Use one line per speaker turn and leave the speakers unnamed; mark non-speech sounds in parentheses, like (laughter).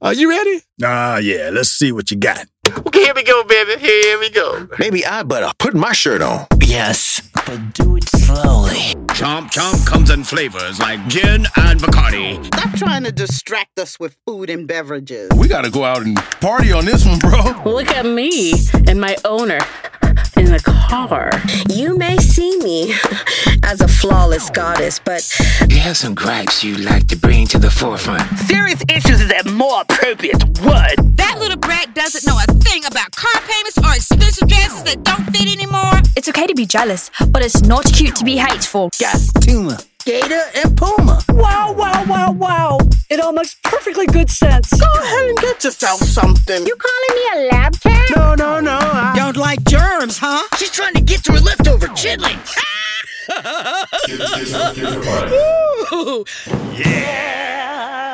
Are you ready?
Ah, yeah. Let's see what you got.
Okay, here we go, baby. Here we go.
Maybe I better put my shirt on.
Yes, but do it slowly.
Chomp Chomp comes in flavors like gin and Bacardi.
Stop trying to distract us with food and beverages.
We gotta go out and party on this one, bro.
Look at me and my owner in the car.
You may see me as a flawless goddess, but
you have some gripes you'd like to bring to the forefront.
Serious issues is a more appropriate word.
That little brat doesn't know a thing about car payments or expensive dresses that don't fit anymore.
It's okay to be jealous, but it's not cute to be hateful.
Got tumor. Gator and Puma.
Wow, wow, wow, wow. It all makes perfectly good sense.
Go ahead and get yourself something.
You calling me a lab cat?
No, no, no. I
don't like germs, huh?
She's trying to get to her
(laughs)
leftover chitlins.
yeah.